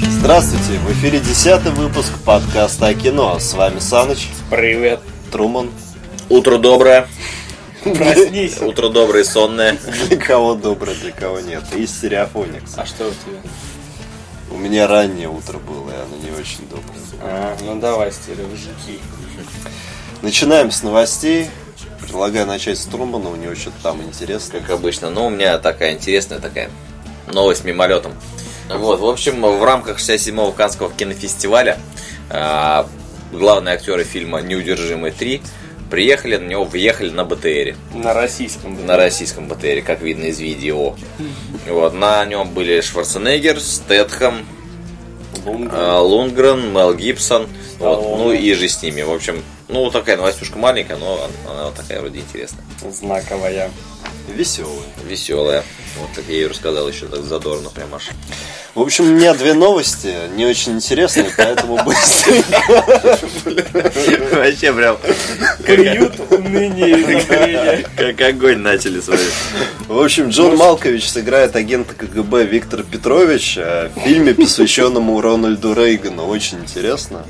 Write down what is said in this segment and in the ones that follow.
Здравствуйте, в эфире 10 выпуск подкаста о кино. С вами Саныч, Привет. Труман, Утро доброе. Проснись. Утро доброе и сонное. для кого доброе, для кого нет, и Стереофоникс. А что у тебя? У меня раннее утро было, и оно не очень доброе. А, ну давай, стерео, жуки. Начинаем с новостей. Предлагаю начать с Трумана, у него что-то там интересное. Как обычно. Но у меня такая интересная такая новость мимолетом. Вот, в общем, в рамках 67-го Канского кинофестиваля а, главные актеры фильма «Неудержимые 3» приехали на него, въехали на БТРе. На российском. на российском БТРе, как видно из видео. Вот, на нем были Шварценеггер, Стэтхэм, Лунга. э, Лундгрен, Мел Гибсон, вот, Сталлоне. ну и же с ними. В общем, ну такая новостюшка маленькая, но она вот такая вроде интересная. А. Знаковая. Веселое. Веселая. Вот так я ее рассказал еще так задорно прям аж. В общем, у меня две новости, не очень интересные, поэтому быстренько. Вообще прям Криют уныние и забвение. как огонь начали свои. В общем, Джон Малкович сыграет агента КГБ Виктора Петровича в фильме, посвященному Рональду Рейгану. Очень интересно.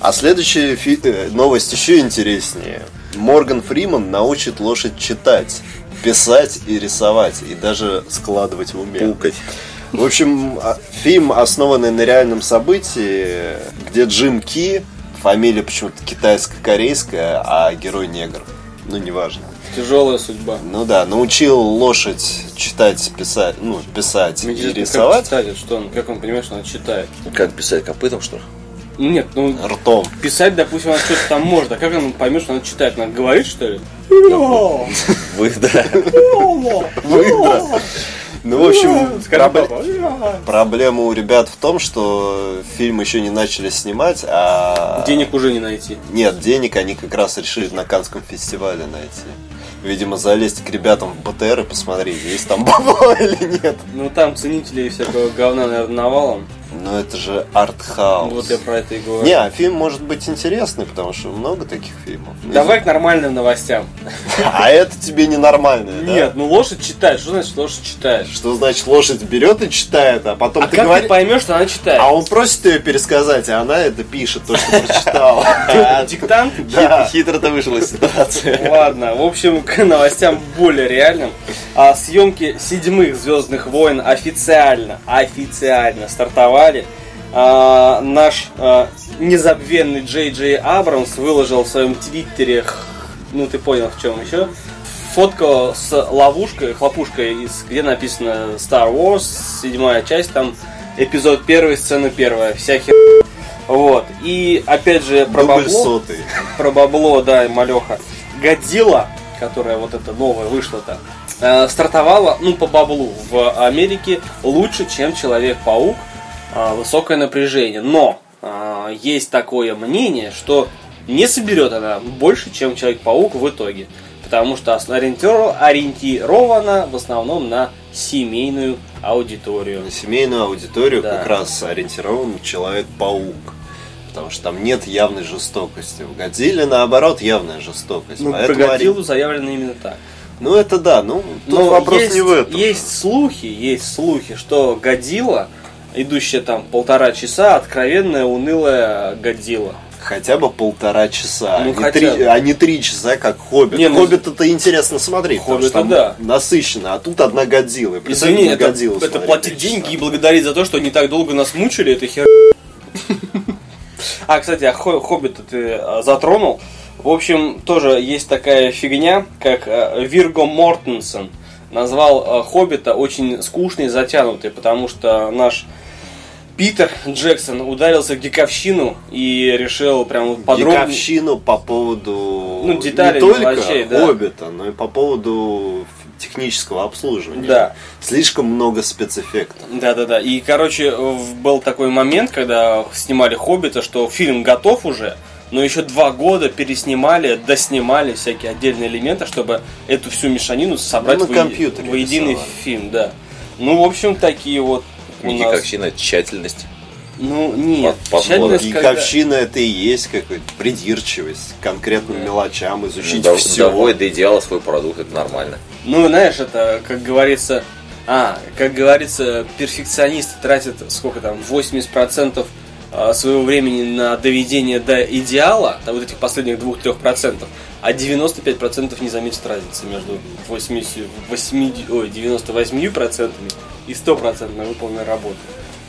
А следующая фи- э, новость еще интереснее. Морган Фриман научит лошадь читать, писать и рисовать, и даже складывать в уме. Пукать. В общем, а- фильм, основанный на реальном событии, где Джим Ки, фамилия почему-то китайско-корейская, а герой негр. Ну, неважно. Тяжелая судьба. Ну да, научил лошадь читать, писать, ну, писать Мне и интересно, как рисовать читать, это что он, как он понимает, что он читает? Как писать копытом, что ли? Ну, Нет, ну ртом. писать, допустим, он что-то там может, а как он поймет, что он читает? Надо говорить, что ли? Вы, да. Ну, в общем, Скажи, пробле- папа. проблема у ребят в том, что фильм еще не начали снимать, а... Денег уже не найти. Нет, денег они как раз решили на Канском фестивале найти. Видимо, залезть к ребятам в БТР и посмотреть, есть там бабло или нет. Ну там ценителей всякого говна, наверное, навалом. Но это же артхаус. Вот я про это и говорю. Не, а фильм может быть интересный, потому что много таких фильмов. Давай к нормальным новостям. А это тебе ненормальное, да? Нет, ну лошадь читает. Что значит лошадь читает? Что значит лошадь берет и читает, а потом А ты как говори- ты поймешь, что она читает? А он просит ее пересказать, а она это пишет, то, что прочитала. А, Диктант? Да. Хитро-то вышла из ситуации. Ладно, в общем, к новостям более реальным. А съемки седьмых Звездных войн официально, официально стартовали. А, наш а, незабвенный Джей Джей Абрамс выложил в своем твиттере, х- ну ты понял в чем еще, фотку с ловушкой, хлопушкой, из, где написано Star Wars, седьмая часть, там эпизод первый, сцена первая, вся хер... Вот, и опять же про Дубль бабло- сотый. про бабло, да, и малеха. Годзилла, которая вот эта новая вышла-то, э, стартовала, ну, по баблу в Америке лучше, чем Человек-паук. А, Высокое напряжение. Но а, есть такое мнение, что не соберет она больше, чем Человек-паук в итоге. Потому что ос- ориентиро- ориентирована в основном на семейную аудиторию. На семейную аудиторию Да. как раз ориентирован Человек-паук. Потому что там нет явной жестокости. В Годзилле, наобот, явная жестокость. Ну, про Поэтому Годзиллу ори- заявлено именно так. Ну, это да, ну, тут Но вопрос есть, не в этом. Есть слухи, есть слухи, что Годзилла, идущая там полтора часа, откровенная, унылая Годзилла. Хотя бы полтора часа, Ну, а, не хотя три, бы. а не три часа, как Хоббит. Не, ну, Хоббит это интересно смотреть, потому что там «Хоббита» да. насыщенно, а тут одна Годзилла. И представь, Извини, на это, Годзиллу это смотреть платить три часа. деньги и благодарить за то, что не так долго нас мучили, это хер... А, кстати, а Хо- Хоббита ты а, затронул. В общем, тоже есть такая фигня, как а, Вирго Мортенсен назвал а, Хоббита очень скучный и затянутый, потому что наш Питер Джексон ударился в гиковщину и решил прям подробно... Гиковщину по поводу Ну, деталей, не только мелочей, да. Хоббита, но и по поводу технического обслуживания. Да. Слишком много спецэффектов. Да, да, да. И, короче, в- был такой момент, когда снимали Хоббита, что фильм готов уже, но еще два года переснимали, доснимали всякие отдельные элементы, чтобы эту всю мешанину собрать Ну, на воеди- компьютере в единый рисовали. фильм, да. Ну, в общем, такие вот у нас. Гиковщина, тщательность. Ну, нет, Под- под тщательность, когда- Гиковщина это и есть какая-то придирчивость к конкретным мелочам, изучить Дов- все. доводит до идеала свой продукт, это нормально. Ну, знаешь, это, как говорится, А, как говорится, перфекционисты тратят сколько там, 80% э, своего времени на доведение до идеала, на вот этих последних 2-3%, а 95% не заметят разницы между 80, 80, ой, 98% и 100% выполненной работы.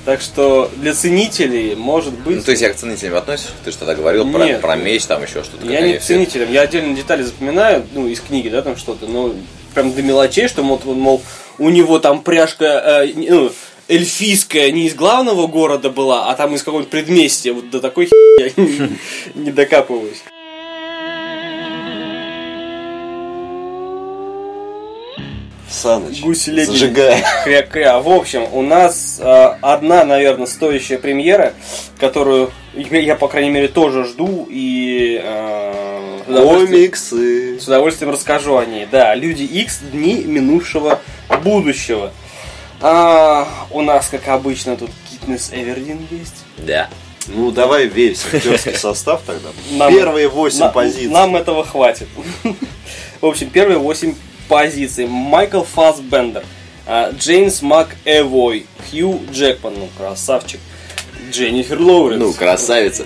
Так что для ценителей может быть... Ну, то есть я к ценителям относишь? Ты что тогда говорил про, Нет. про меч, там еще что-то. Я как они не все- ценителем, я отдельно детали запоминаю, ну, из книги, да, там что-то, но прям до мелочей, что, мол, он, мол, у него там пряжка, э, не- ну, эльфийская не из главного города была, а там из какого-нибудь предместья, вот до такой хи я не- не докапываюсь. Саныч, Гуси летние. зажигай. Кря-кря. А, В общем, у нас э, одна, наверное, стоящая премьера, которую я, я, по крайней мере, тоже жду и... э, с удовольствием- Комиксы. С удовольствием расскажу о ней. Да, Люди X дни минувшего будущего. А, у нас, как обычно, тут Китнес Эвердин есть. Да. Ну, давай весь актерский состав тогда. Нам- Первые восемь На- позиций. Нам этого хватит. В общем, первые 8 позиций. Майкл Фасбендер, а, Джеймс Мак Эвой, Хью Джекман, ну, красавчик, Дженнифер Лоуренс. Ну, красавица.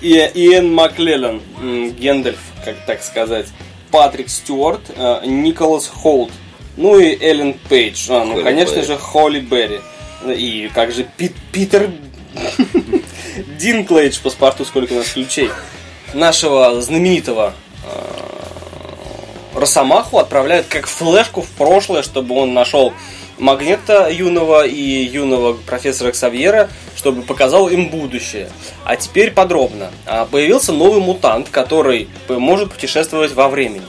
И- Иэн Маклеллан, м, Гендальф, как так сказать, Патрик Стюарт, э, Николас Холт, ну и Эллен Пейдж, а, ну, Холли конечно Берри. же, Холли Берри. И как же Пит- Питер Динклейдж, паспорту сколько у нас ключей, нашего знаменитого э, Росомаху отправляют как флешку в прошлое, чтобы он нашел Магнета юного и юного профессора Ксавьера, чтобы показал им будущее. А теперь подробно. А, Появился новый мутант, который п- может путешествовать во времени.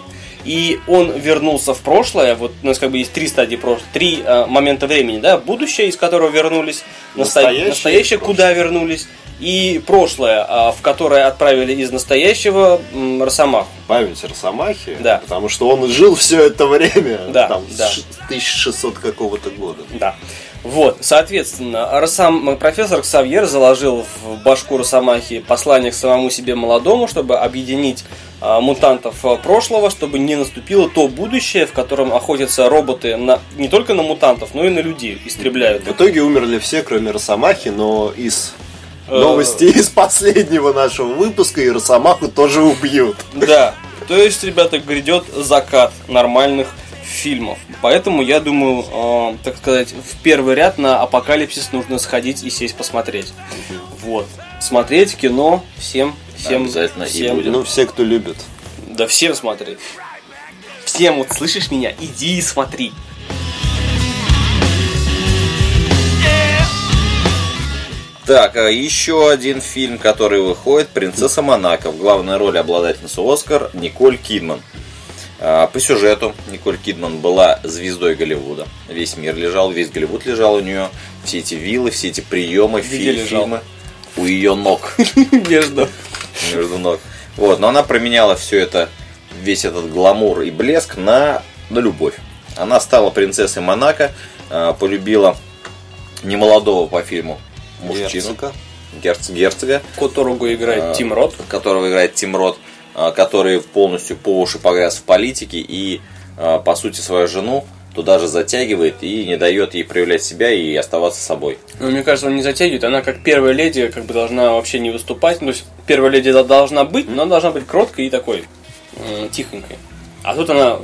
И он вернулся в прошлое. Вот у нас как бы есть три стадии прошлого, три э, момента времени, да, будущее, из которого вернулись, наста- Настоящее и настоящее, прошлое. куда вернулись, и прошлое, а, в которое отправили из настоящего м, Росомаху. Память Росомахи. Да. Потому что он жил все это время. Да, Там да. с ш- 1600 какого-то года. Да. Вот, соответственно, Росам... профессор Ксавьер заложил в башку Росомахи послание к самому себе молодому, чтобы объединить а, мутантов а, прошлого, чтобы не наступило то будущее, в котором охотятся роботы на... не только на мутантов, но и на людей, истребляют. В их. итоге умерли все, кроме Росомахи, но из Э. новости из последнего нашего выпуска и Росомаху тоже убьют. Да, то есть, ребята, грядет закат нормальных фильмов. Поэтому, я думаю, э, так сказать, в первый ряд на апокалипсис нужно сходить и сесть посмотреть. Вот. Смотреть кино всем, всем, Обязательно и всем, будем. Ну, все, кто любит. да всем смотреть. Всем, вот слышишь меня, иди и смотри. Так, а еще один фильм, который выходит, «Принцесса Монако». В главной роли обладательница «Оскар» Николь Кидман. А, По сюжету Николь Кидман была звездой Голливуда. Весь мир лежал, весь Голливуд лежал у нее. Все эти виллы, все эти приемы, Где фи- лежал? фильмы у ее ног. Между. между ног. Вот, но она променяла все это, весь этот гламур и блеск на, на любовь. Она стала принцессой Монако, э, полюбила немолодого по фильму мужчину, Герцога. герц- герцога, Которого играет А. Тим Рот. которого играет Тим Рот, э, который полностью по уши погряз в политике и, э, по сути, свою жену туда же затягивает и не дает ей проявлять себя и оставаться собой. Ну, мне кажется, он не затягивает. Она как первая леди как бы должна вообще не выступать. Ну, то есть первая леди да- должна быть, но она должна быть кроткой и такой м, тихонькой. А тут она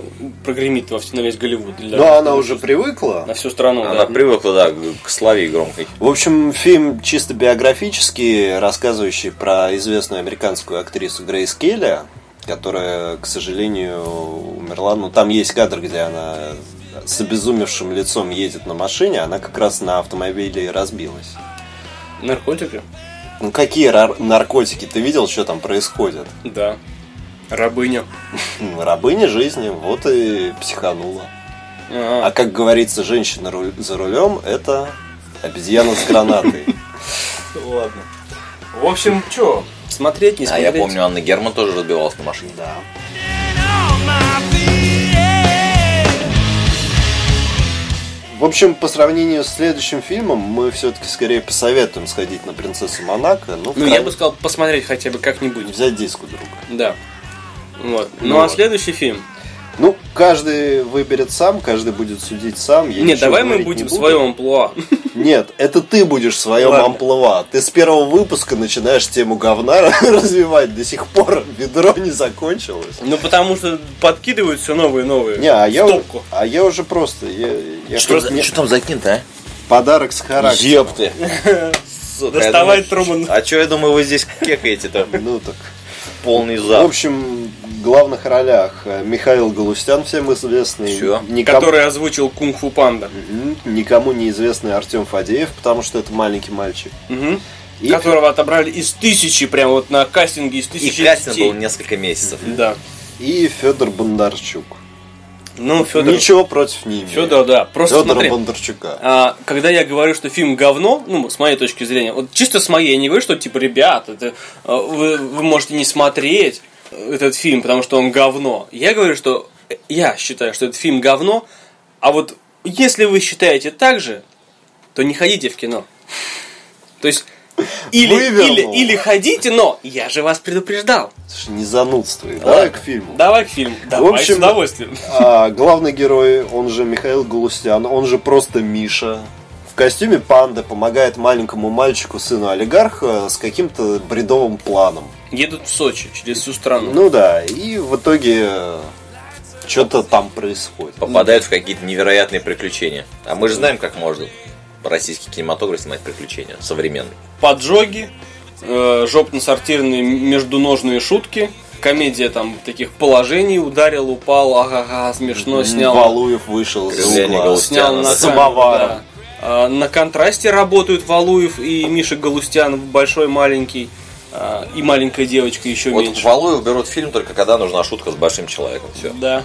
прогремит во все на весь Голливуд. Или даже Но Ну, а она уже привыкла. на всю Ну страну. да. Она привыкла, да, к- к славе громкой. В общем, фильм чисто биографический, рассказывающий про известную американскую актрису Грейс Келли, которая, к сожалению, умерла. Ну, там есть кадр, где она с обезумевшим лицом едет на машине, она как раз на автомобиле и разбилась. Наркотики? Ну, какие рар- наркотики? Ты видел, что там происходит? Да. Рабыня. М, Рабыня жизни, вот и психанула. А, А как говорится, женщина руль- за рулем – это обезьяна с гранатой. ладно. В общем, что? Смотреть, не А смотреть. я помню, Анна Герман тоже разбивалась на машине. Да. В общем, по сравнению с следующим фильмом, мы все-таки скорее посоветуем сходить на «Принцессу Монако». Ну, Ну, я крайне- бы сказал, посмотреть хотя бы как-нибудь. Взять диск у друга. Да. Вот. Ну, Ну а вот. следующий фильм Ну, каждый выберет сам, каждый будет судить сам. я Нет, ничего давай мы говорить не будем в буду. своем амплуа. Нет, это ты будешь в своем Ладно. амплуа. Ты с первого выпуска начинаешь тему говна развивать. До сих пор ведро не закончилось. Ну потому что подкидывают все новые и новые. Не, а я, В у- топку. а я уже просто... Я, я Что, хоть за- не- что там за а? кинь-то, Подарок с а? характером. Ёпты. Сука, я Доставай думаю, Труман. А чё я думаю, вы здесь кекаете-то? Ну так. Полный В зал. общем, в главных ролях э, Михаил Галустян, всем известный. Чё? Никому, Который озвучил Кунг-фу панда. Мгм. никому неизвестный Артем Фадеев, потому что это маленький мальчик. Мгм. И- Которого отобрали из тысячи, прям вот на кастинге из И тысячи кастинг детей. был несколько месяцев. Да. И Федор Бондарчук. Ну, Федор. Ничего против не имею. Федор, да. Просто Федора ну, смотри. Бондарчука. а, когда я говорю, что фильм говно, ну, с моей точки зрения, вот чисто с моей, я не говорю, что, типа, ребят, это, э, вы, вы можете не смотреть этот фильм, потому что он говно. Я говорю, что э, я считаю, что этот фильм говно, а вот если вы считаете так же, то не ходите в кино. То есть, или, или, Вывернул. или ходите, но я же вас предупреждал. Слушай, Не занудствуй. Давай Ладно. к фильму. Давай к фильму. Давай общем, с удовольствием. А, главный герой, он же Михаил Галустян, он же просто Миша. В костюме панды помогает маленькому мальчику, сыну олигарха, с каким-то бредовым планом. Едут в Сочи через всю страну. Ну да, и в итоге что-то там происходит. Попадают в какие-то невероятные приключения. А мы же знаем, как можно российский кинематограф снимать приключения современный. поджоги, э, жопно-сортирные междуножные шутки, комедия там таких положений, ударил, упал, ага-га, смешно снял. Валуев вышел из Леонид угла. Галустян. Снял на С камеру, самоваром. да. А, На контрасте работают Валуев и Миша Галустян, большой, маленький, а, и маленькая девочка еще Вот меньше. Валуев берут фильм только когда нужна шутка с большим человеком. Все. Да.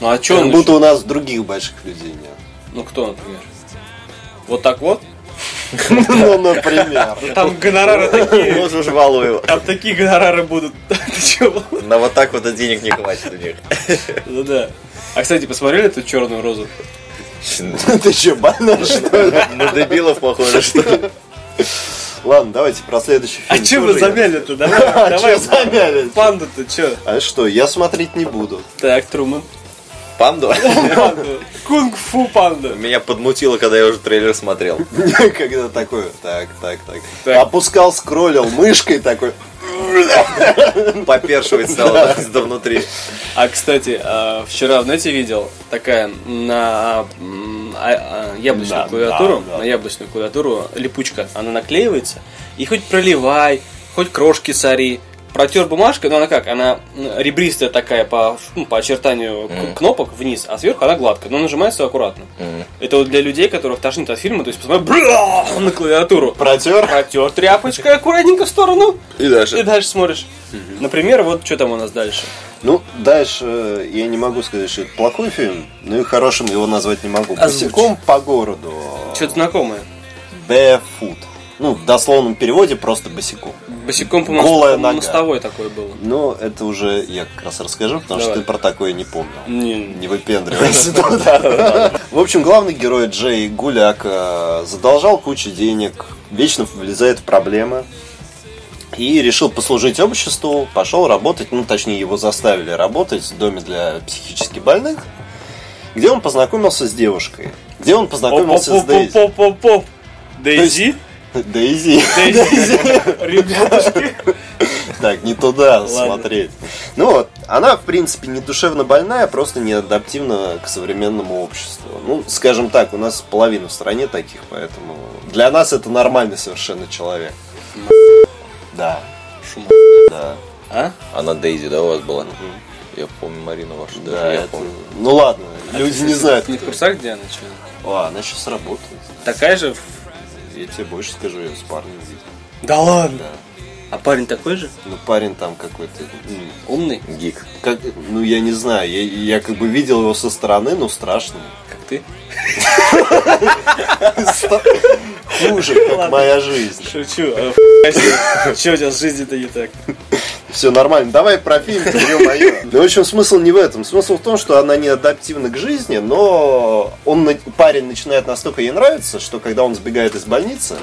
Ну а че Как он будто еще? у нас других больших людей нет. Ну кто, например? Вот так вот? Ну, например. Там гонорары такие, Вот уж Валуева. там такие гонорары будут. Ты чего? На вот так вот и денег не хватит у них. Да, да. А кстати, посмотрели эту черную розу? Ты что, больной, что ли? На дебилов похоже, что ли? Ладно, давайте про следующий фильм. А че вы тоже замяли-то? я. Давай, А давай. что замяли? Панда-то че? А что, я смотреть не буду. Так, Труман. Панду? Панда. Кунг-фу панда. Меня подмутило, когда я уже трейлер смотрел. Когда такой, так, так, так. Так. Опускал, скроллил мышкой такой. Попершивать стало да, внутри. А, кстати, а, вчера, знаете, видел такая на м, а- а, яблочную Да, клавиатуру, да, да. на яблочную клавиатуру липучка, она наклеивается, и хоть проливай, хоть крошки сори, протер бумажкой, но она как, она м, ребристая такая по, ну, по очертанию к- кнопок вниз, а сверху она гладкая, но нажимается аккуратно. Это вот для людей, которых тошнит от фильма, то есть посмотри, бля, на клавиатуру. Протер. Протер тряпочкой аккуратненько в сторону И и дальше. дальше смотришь. Например, вот что там у нас дальше. Ну, дальше э, я не могу сказать, что это плохой фильм, но и хорошим его назвать не могу. Озвучь. Босиком по городу. Что-то знакомое. Barefoot. Ну, в дословном переводе просто босиком. Босиком по Голая мосту, нога. мостовой такое было. Ну, это уже я как раз расскажу, потому что Давай. ты про такое не помнил. Не, Не Ну выпендривайся. В общем, главный герой Джей Гуляк э, задолжал кучу денег, вечно влезает в проблемы. И решил послужить обществу, пошел работать, ну точнее его заставили работать в доме для психически больных, где он познакомился с девушкой, где он познакомился с Дейзи. Поп-поп-поп-поп. Дейзи? Дейзи. Дейзи. Ребятушки. Так, не туда Ладно. смотреть. Ну вот, она, в принципе, не душевно больная, просто не адаптивна к современному обществу. Ну, скажем так, у нас половина в стране таких, поэтому для нас это нормальный совершенно человек. Да, Шума. да, А? Она Дейзи, да, у вас была? Я помню Марину вашу. даже да. я это- помню. Ну ладно, люди не знают. Не в кто- курсах, где она? чё? О, она сейчас работает. Такая же? Я тебе больше скажу, я с парнем видел. Да ладно. Да. А парень такой же? Ну, парень там какой-то... м, Умный, Гик. Как, ну, я не знаю, я, я как бы видел его со стороны, но страшно. как ты. Хуже, как Ладно. моя жизнь. Шучу. а Че у тебя с жизнью-то не так? Все нормально, давай про фильм, ё-моё. Ну, в общем, смысл не в этом. Смысл в том, что она не адаптивна к жизни, но он, на- парень начинает настолько ей нравиться, что когда он сбегает из больницы...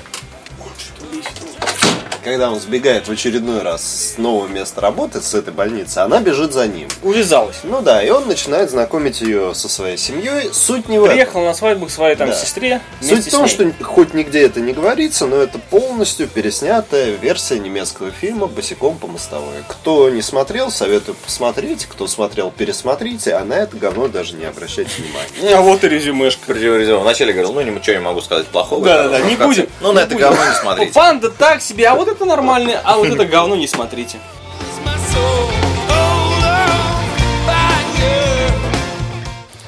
когда он сбегает в очередной раз с нового места работы, с этой больницы, она бежит за ним. Увязалась. Ну да, и он начинает знакомить ее со своей семьей. Суть не в этом. Приехал на свадьбу к своей там Да. сестре. Суть вместе в с том, ней. что хоть нигде это не говорится, но это полностью переснятая версия немецкого фильма «Босиком по мостовой». Кто не смотрел, советую посмотреть. Кто смотрел, пересмотрите, а на это говно даже не обращайте внимания. А вот и резюмешка. Противорезон. Вначале говорил, ну ничего не могу сказать плохого. Да-да-да, Ну, не как- будем, Ну, на это говно не смотрите. Панда так себе, а вот это нормально, а вот это говно не смотрите.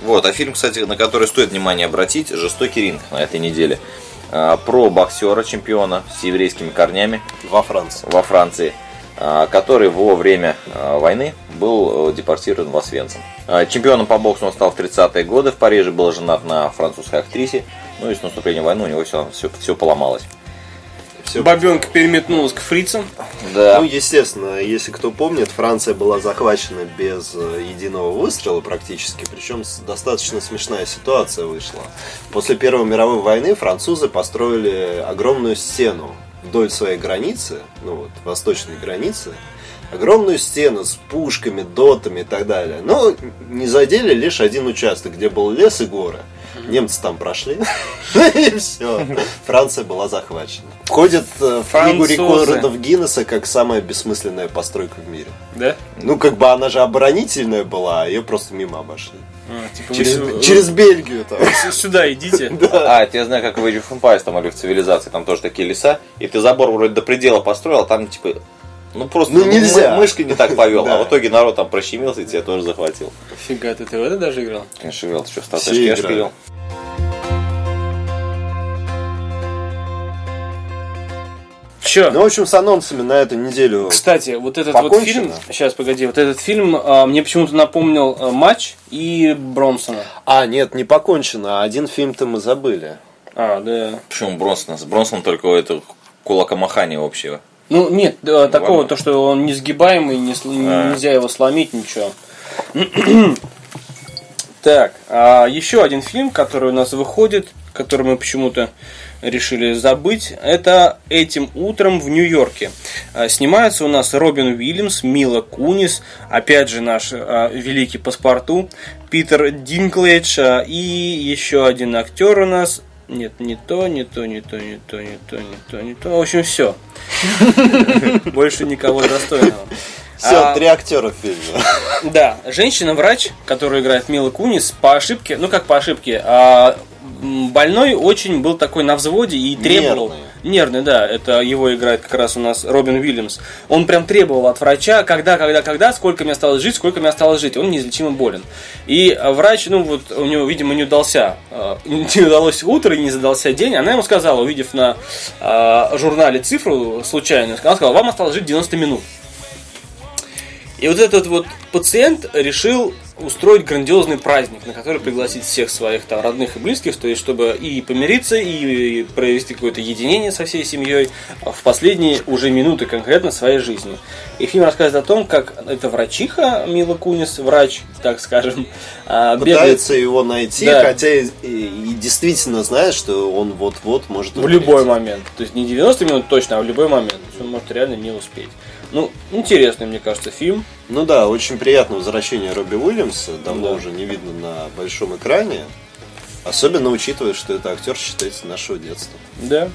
Вот, а фильм, кстати, на который стоит внимание обратить, «Жестокий ринг» на этой неделе. А, Про боксера, чемпиона с еврейскими корнями Во Франции. во Франции, а, который во время а, войны был э, депортирован в Освенцим. А, Чемпионом по боксу он стал в 30-е годы, в Париже был женат на французской актрисе, ну и с наступлением войны у него все, все, поломалось. Всё. Бабенка переметнулась к фрицам. Да. Ну, естественно, если кто помнит, Франция была захвачена без э, единого выстрела практически, причем с- достаточно смешная ситуация вышла. После Первой мировой войны французы построили огромную стену вдоль своей границы, ну вот, восточной границы, огромную стену с пушками, дотами и так далее. Но не задели лишь один участок, где был лес и горы. Немцы там прошли, и все. Франция была захвачена. Входит э, в книгу Французы. рекордов Гиннесса как самая бессмысленная постройка в мире. Да? Ну, как бы она же оборонительная была, а ее просто мимо обошли. типа, Через, вы- через Бельгию там. вы сюда идите. А, это я знаю, как в Age of Empires, там, или в цивилизации, там тоже такие леса, и ты забор вроде до предела построил, а там, типа, ну просто Ну, нельзя. мы- мышкой не так повел, Да. а в итоге народ там прощемился и тебя тоже захватил. Фига, ты, ты в это даже играл? Конечно, играл, ты что, в Все статешке я играли. шпилил? Че? Ну, в общем, с анонсами на эту неделю. Кстати, вот этот вот Покончено? фильм, сейчас погоди, вот этот фильм а, мне почему-то напомнил а, матч и Бронсона. А, нет, не покончено, а один фильм-то мы забыли. А, да. Почему Бронсон? С Бронсоном только это кулакомахание общего. Ну нет, да, такого, ладно. то что он несгибаемый, не сл- А. нельзя его сломить, ничего. Так, а еще один фильм, который у нас выходит, который мы почему-то решили забыть, это «Этим утром в Нью-Йорке». А, Снимается у нас Робин Уильямс, Мила Кунис, опять же наш а, великий паспорту, Питер Динклэдж а, и еще один актер у нас. Нет, не то, не то, не то, не то, не то, не то, не то. В общем, все. Больше никого достойного. Все, А, три актера в фильме. да, женщина-врач, которую играет Мила Кунис, по ошибке, ну как по ошибке, а, м, больной очень был такой на взводе и требовал... Нервный. Нервный, да, это его играет как раз у нас Робин Уильямс. Он прям требовал от врача, когда, когда, когда, сколько мне осталось жить, сколько мне осталось жить. Он неизлечимо болен. И э, врач, ну вот у него, видимо, не удался, э, не удалось утро, и не задался день. Она ему сказала, увидев на э, журнале цифру случайную, она сказала, вам осталось жить 90 минут. И вот этот вот пациент решил устроить грандиозный праздник, на который пригласить всех своих там родных и близких, то есть чтобы и помириться, и провести какое-то единение со всей семьей в последние уже минуты конкретно своей жизни. И фильм рассказывает о том, как эта врачиха Мила Кунис, врач, так скажем, а, бегает Пытается его найти, Да. хотя и, и- и действительно знает, что он вот-вот может в умереть. любой момент. То есть не 90 минут точно, а в любой момент. То есть он может реально не успеть. Ну, интересный, мне кажется, фильм. Ну да, очень приятно возвращение Робби Уильямса. Давно Да. уже не видно на большом экране. Особенно учитывая, что это актер считается нашего детства. Да.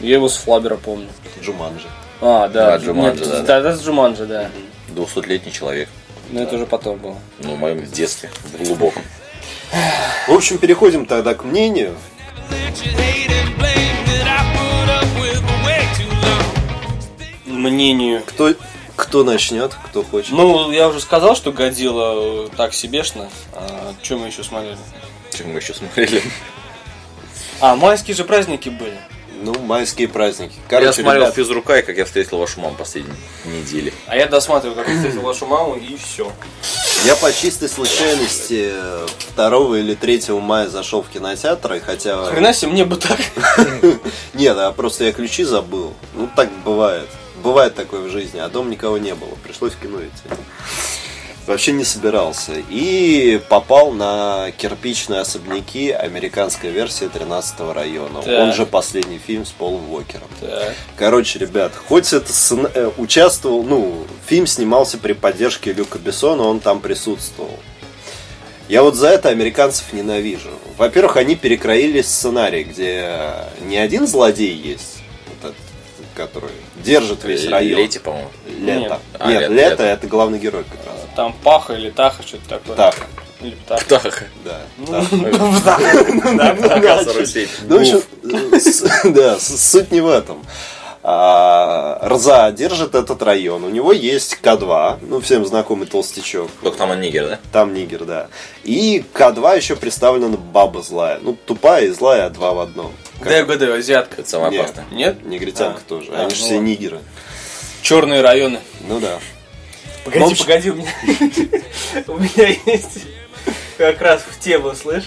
Я его с Флабера помню. Джуманджи. А, да, Да, Джуманджи, Нет, да. Тогда с Джуманджи, да. 200-летний человек. Но это уже потом было. Ну, в моем детстве, в глубоком. В общем, переходим тогда к мнению. Мнению. Кто, кто начнет, кто хочет. Ну, я уже сказал, что Годзилла э, так себешно. А, что мы еще смотрели? Чем мы еще смотрели? А, майские же праздники были. Ну, майские праздники. Я Короче, смотрел ребят, физрука и как я встретил вашу маму последние недели. А я досматриваю, как я встретил вашу маму, и все. я по чистой случайности 2 или 3 мая зашел в кинотеатр, и хотя... Хрена себе, мне бы так. Не, да, просто я ключи забыл. Ну, так бывает. Бывает такое в жизни, а дома никого не было. Пришлось в кино идти. вообще не собирался. И попал на кирпичные особняки американской версии 13 района. Так. Он же последний фильм с Полом Уокером. Так. Короче, ребят, хоть это сцен- э, участвовал, ну, фильм снимался при поддержке Люка Бессона, он там присутствовал. Я вот за это американцев ненавижу. Во-первых, они перекроили сценарий, где не один злодей есть, вот этот, который держит весь район. Лети, по-моему. Лето. Э, А, Нет, лето, лето, лето. это главный герой как раз. Там паха или таха, что-то такое. Так, Или птаха. Птаха. да. Птаха 47. Ну, в общем, с- да, с- суть не в этом. А, Рза держит этот район. У него есть К2, ну, всем знакомый толстячок. Только там он нигер, да? Там нигер, да. И К2 еще представлена баба злая. Ну, тупая и злая, два в одном. Да я угадаю, азиатка. Это самое Нет. опасное. Нет? Негритянка А, тоже. а, Они же ну все ладно. нигеры. Черные районы. Ну да. Погоди, Ну, в общем- погоди, у меня... у меня есть как раз в тему, слышь?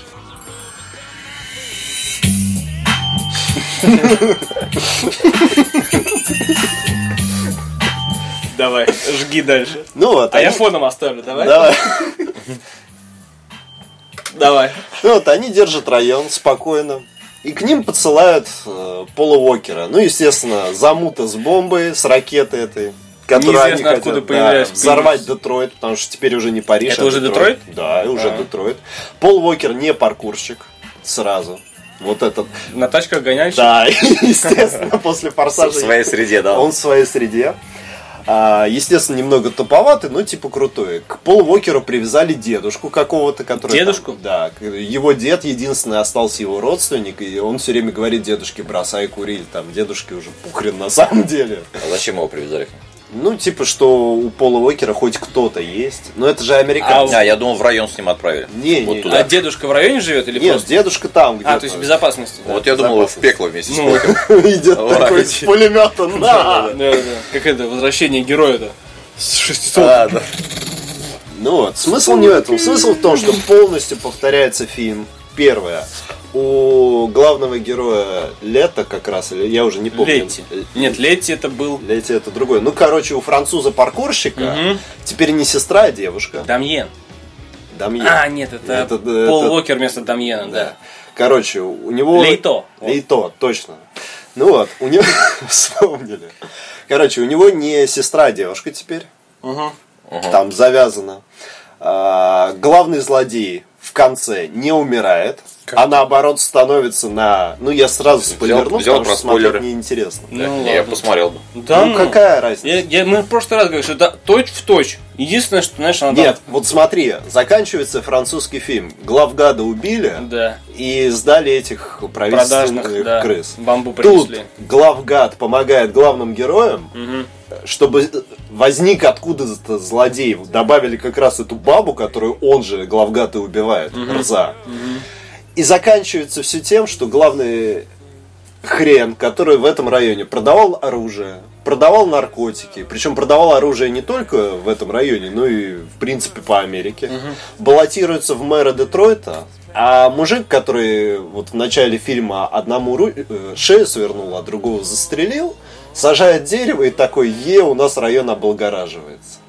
Давай, жги дальше. Ну вот, А я они- фоном оставлю, давай? Давай. Давай. Ну вот они держат район спокойно. И к ним подсылают э, Пола Уокера. Ну, естественно, замута с бомбой, с ракеты этой. Которую они Неизвестно, хотят откуда да, появлялись взорвать Детройт, потому что теперь уже не Париж, Это а уже Детройт? Да, и уже А. Детройт. Пол Уокер не паркурщик сразу. Вот этот. На тачках гоняльщик? Да, естественно, после В форсажа. своей среде, да. Он в своей среде. А, естественно, немного туповатый, но типа крутой. К Пол Уокеру привязали дедушку какого-то, который... там- Дедушку? да. к- Его дед единственный остался его родственник, и он все время говорит дедушке, бросай курить. Там дедушке уже пухрен на самом деле. А зачем его привязали? Ну, типа, что у Пола Уокера хоть кто-то есть. Но это же американцы. А, я думал, в район с ним отправили. Не, вот не, туда. А дедушка в районе живет или Нет, просто? дедушка там где-то. А, то есть в безопасности. да? Вот я думал, в пекло вместе с Кокером. Идет Ой. такой с пулемета. На! Да, да, да. Как это, возвращение героя-то? С 600. А, да. Ну вот, смысл не в этом. Смысл в том, что полностью повторяется фильм. Первое. У главного героя Лето как раз, или я уже не помню. Летти. Нет, Летти это был Летти это другой. Ну, короче, у француза-паркурщика Мгм. теперь не сестра, а девушка. э, Дамьен. Дамье. А, нет, это, Это, да, Пол это- Уокер вместо Дамьена, Да. да. Короче, у него... Лейто. Лейто, точно. Ну вот, у него... Вспомнили. Короче, у него не сестра, а девушка теперь. Там завязано. А, главный злодей в конце не умирает, а наоборот становится на... Ну, я сразу спойлерну, взял потому про что смотреть спойлеры. неинтересно. Ну, Да, ладно. Я посмотрел бы. Да, ну, какая разница? Я, я- мы в прошлый раз говорили, что да, точь в точь. Единственное, что, знаешь, она там- Нет, вот смотри, заканчивается французский фильм. Главгада убили Да. и сдали этих Продажных, правительственных да. крыс. Бамбу Тут принесли. главгад помогает главным героям, Мгм. чтобы возник откуда-то злодей. Добавили как раз эту бабу, которую он же главгад и убивает, Рза. И заканчивается все тем, что главный хрен, который в этом районе продавал оружие, продавал наркотики, причем продавал оружие не только в этом районе, но и в принципе по Америке, баллотируется в мэра Детройта, а мужик, который вот в начале фильма одному ру- э, шею свернул, а другого застрелил, сажает дерево и такой, е, у нас район облагораживается.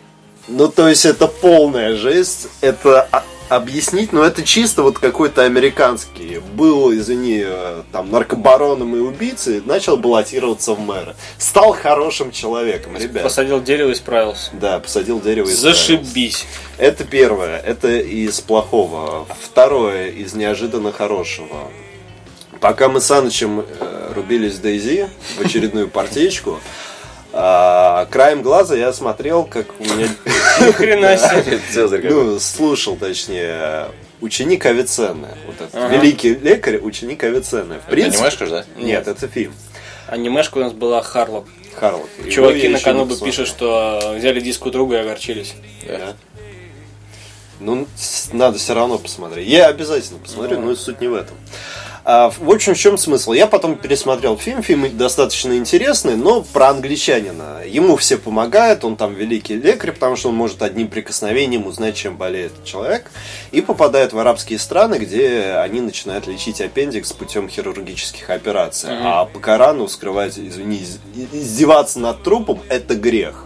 Ну, то есть это полная жесть, это а- объяснить, но это чисто вот какой-то американский. Был, извини, э, там, наркобароном и убийцей, начал баллотироваться в мэра. Стал хорошим человеком, ребят. Посадил дерево и справился. Да, посадил дерево и справился. Зашибись. Это первое, это из плохого. Второе, из неожиданно хорошего. Пока мы с Санычем э, рубились в Дейзи в очередную партиечку, а, краем глаза я смотрел, как у меня... Ни хрена себе. Цезарь какой. Ну, слушал, точнее, ученик Авиценны. Вот этот Ага. великий лекарь, ученик Авиценны. В Ты не принципе... понимаешь, что да? Нет, это фильм. Ну, Анимешка у нас была Харлок. Харлок. Чуваки на канобу Канобу пишут, что взяли диск у друга и огорчились. Да. Ну, с- надо все равно посмотреть. Я обязательно посмотрю, но суть не в этом. А, в в общем, в чем смысл? Я потом пересмотрел фильм, фильм достаточно интересный, но про англичанина. Ему все помогают, он там великий лекарь, потому что он может одним прикосновением узнать, чем болеет человек, и попадает в арабские страны, где они начинают лечить аппендикс путем хирургических операций. А по Корану скрывать, извини, из- издеваться над трупом – это грех.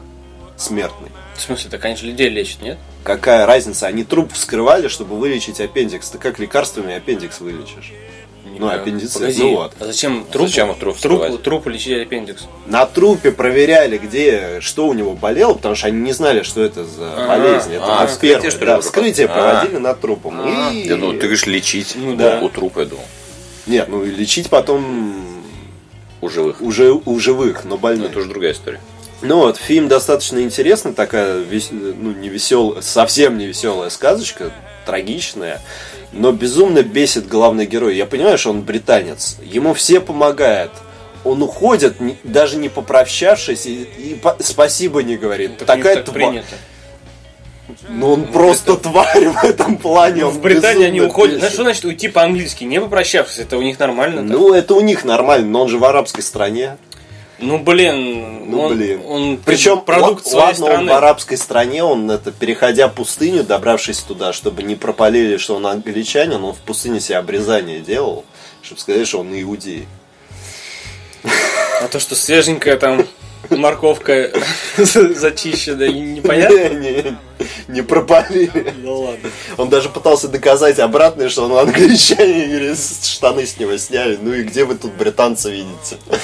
смертный. В смысле, так они же людей лечат, нет? Какая разница? Они труп вскрывали, чтобы вылечить аппендикс. Ты как лекарствами аппендикс вылечишь? Ну, аппендицит. Погоди, Ну вот. А зачем труп? зачем труп трупу, вскрывать? трупу лечить аппендикс? На трупе проверяли, где, что у него болело, потому что они не знали, что это за А, болезнь. Это а, вот первое, вскрытие, что ли, да, было? вскрытие А. проводили над трупом. А, И- Я думал, ты говоришь лечить Ну у- да. у трупа, я думал, Нет, ну и лечить потом у живых. уже у живых, но Ну, больных. это уже другая история. Ну вот, фильм достаточно интересный, такая, вес- ну, не веселая, совсем не веселая сказочка, трагичная, но безумно бесит главный герой. Я понимаю, что он британец, ему все помогают, он уходит, не- даже не попрощавшись, и, и по- спасибо не говорит. Так у них Такая так тварь. принято. Ну он просто тварь в этом плане. он Ну, В Британии они Ну, безумно уходят. бесит. Знаешь, что значит уйти по-английски, не попрощавшись? Это у них нормально так? Ну это у них нормально, но он же в арабской стране. Ну, блин, Ну, он, блин. он Причем продукт л- своей ладно, он страны. в арабской стране, он это переходя пустыню, добравшись туда, чтобы не пропалили, что он англичанин, он в пустыне себе обрезание делал, чтобы сказать, что он иудей. А то, что свеженькая там морковка зачищенная, непонятно. Не, не, не пропалили. Да ладно. Он даже пытался доказать обратное, что он англичанин, или штаны с него сняли. Ну и где вы тут британца видите? Т-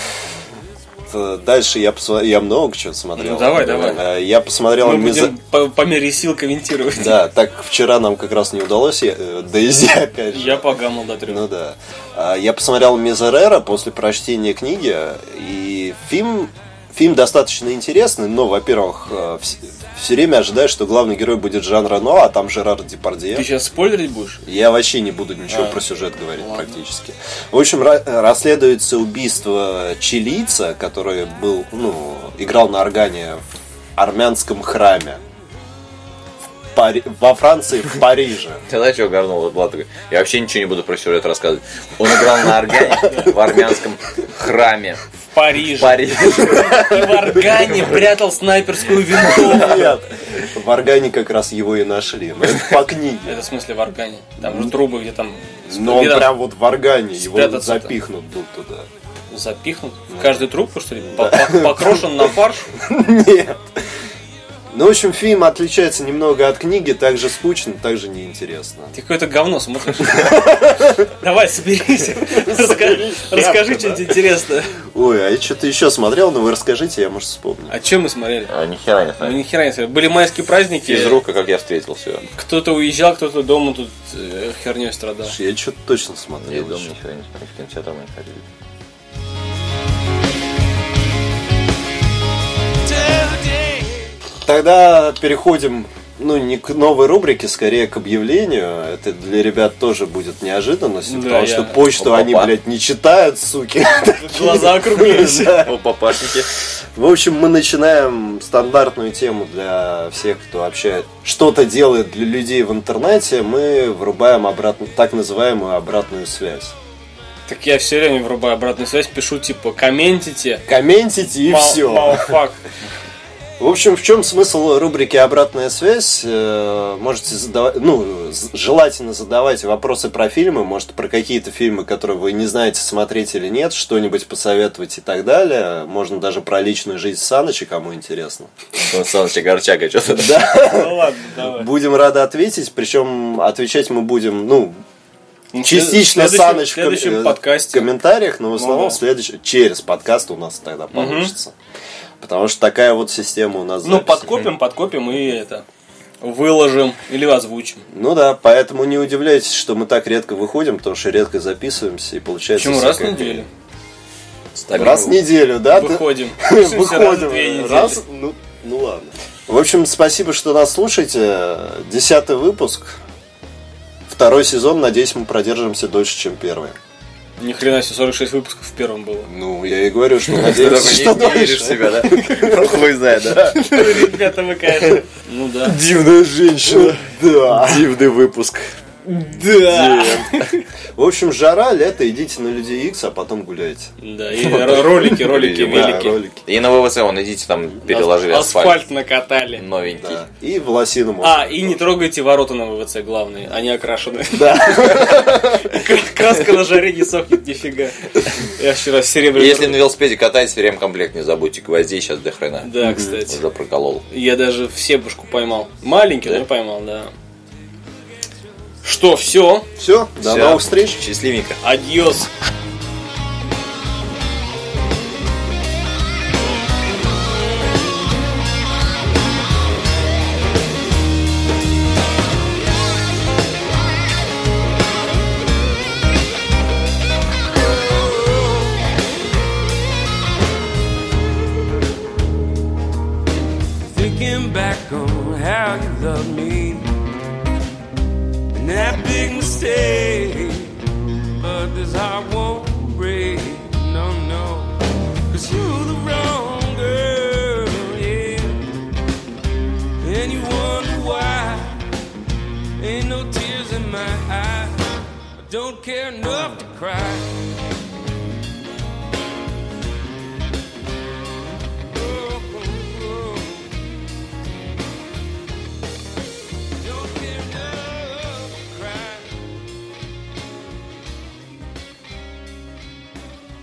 Э, Дальше я посмотрел, я много чего смотрел. Ну, давай, давай. Э, Я посмотрел Мы миза- будем по, по мере сил комментировать. Да, так вчера нам как раз не удалось, я- э, Дейзи опять же. Я погамал до трех. Ну да. А, Я посмотрел Мизерера после прочтения книги, и фильм, фильм достаточно интересный, но, во-первых, все время ожидаешь, что главный герой будет Жан Рено, а там Жерар Депардье. Ты сейчас спойлерить будешь? Я вообще не буду ничего А, про сюжет говорить ладно. практически. В общем, ра- расследуется убийство чилийца, который был, ну, играл на органе в армянском храме. В Пари- Во Франции, в Париже. Тогда чего горнул от Блата? Я вообще ничего не буду про сюжет рассказывать. Он играл на органе в армянском храме В Париже. в Париже. И в органе прятал снайперскую винтовку. Нет, в органе как раз его и нашли. Но это по книге. Это в смысле в органе. Там же трубы, где там Но он где там прям вот в органе, его Спрятаться-то. запихнут тут туда. запихнут. В каждую трубку, что ли? По- по- Покрошен на фарш. Нет. Ну, в общем, фильм отличается немного от книги, также скучно, также неинтересно. Ты какое-то говно смотришь. Давай, соберись. Раска- Расскажи что-нибудь интересное. Ой, а я что-то еще смотрел, но вы расскажите, я, может, вспомню. А чем мы смотрели? А, Ни хера не Ну, знаю. ни хера не смотрели. Были майские праздники. Из рука, как я встретил все. Кто-то уезжал, кто-то дома тут э, херней страдал. Я что-то точно Я смотрел. дома еще. ни хера не смотрел, в кинотеатр мы не ходили. Тогда переходим, ну, не к новой рубрике, скорее к объявлению. Это для ребят тоже будет неожиданностью, Да, потому я- что почту Опа-па. они, блядь, не читают, суки. Глаза округлились. Да. О, папашники. В общем, мы начинаем стандартную тему для всех, кто вообще что-то делает для людей в интернете. Мы врубаем обратно, так называемую обратную связь. Так я все время врубаю обратную связь, пишу типа комментите. Комментите и все. факт. В общем, в чем смысл рубрики «Обратная связь»? Э, Можете задавать, ну, з- желательно задавать вопросы про фильмы, может, про какие-то фильмы, которые вы не знаете, смотреть или нет, что-нибудь посоветовать и так далее. Можно даже про личную жизнь Саныча, кому интересно. Антон Саныч и Горчака, что-то. Ну ладно, давай. Будем рады ответить, причем отвечать мы будем, ну, частично Саныч в в ком- следующем э, в подкасте. Ну комментариях, но в основном да. в следующем- через подкаст у нас тогда получится. Потому что такая вот система у нас. Ну, записи. подкопим, подкопим и это выложим или озвучим. Ну да, поэтому не удивляйтесь, что мы так редко выходим, потому что редко записываемся и получается. Почему раз в всякое- неделю? Раз в неделю, да? ты- Выходим. Слушаемся раз в две Выходим. недели. Раз, ну, ну ладно. В общем, спасибо, что нас слушаете. Десятый выпуск. Второй сезон, надеюсь, мы продержимся дольше, чем первый. Ни хрена себе, 46 выпусков в первом было. Ну, я и говорю, что Ты только надеемся, что не- не веришь в дольше. себя, да? Хуй знает, да? Ребята, вы, конечно. Ну да. Дивная женщина. Да. Дивный выпуск. Да. В общем, жара, лето, идите на Людей Икс, а потом гуляйте. Да, и ро- ролики, ролики, И, да, Да, велики. ролики. И на ВВС, он, идите там, переложили асфальт. Асфальт накатали. Новенький. Да. И в лосином. А, и не трогайте ворота на ВВЦ, главные, они окрашены. Да. Краска на жаре не сохнет нифига. Я вчера серебряный... Если на велосипеде катаетесь, ремкомплект не забудьте. Гвоздей сейчас до хрена. Да, кстати. Уже проколол. Я даже в себушку поймал. Маленький, Да? но поймал, да. Что, все? Все, до Всё. новых встреч. Счастливенько. Адьос. Thinking back on how you loved me and that big mistake. But this heart won't break, no, no. Cause you're the wrong girl, yeah. And you wonder why. Ain't no tears in my eyes. I don't care enough to cry. Oh,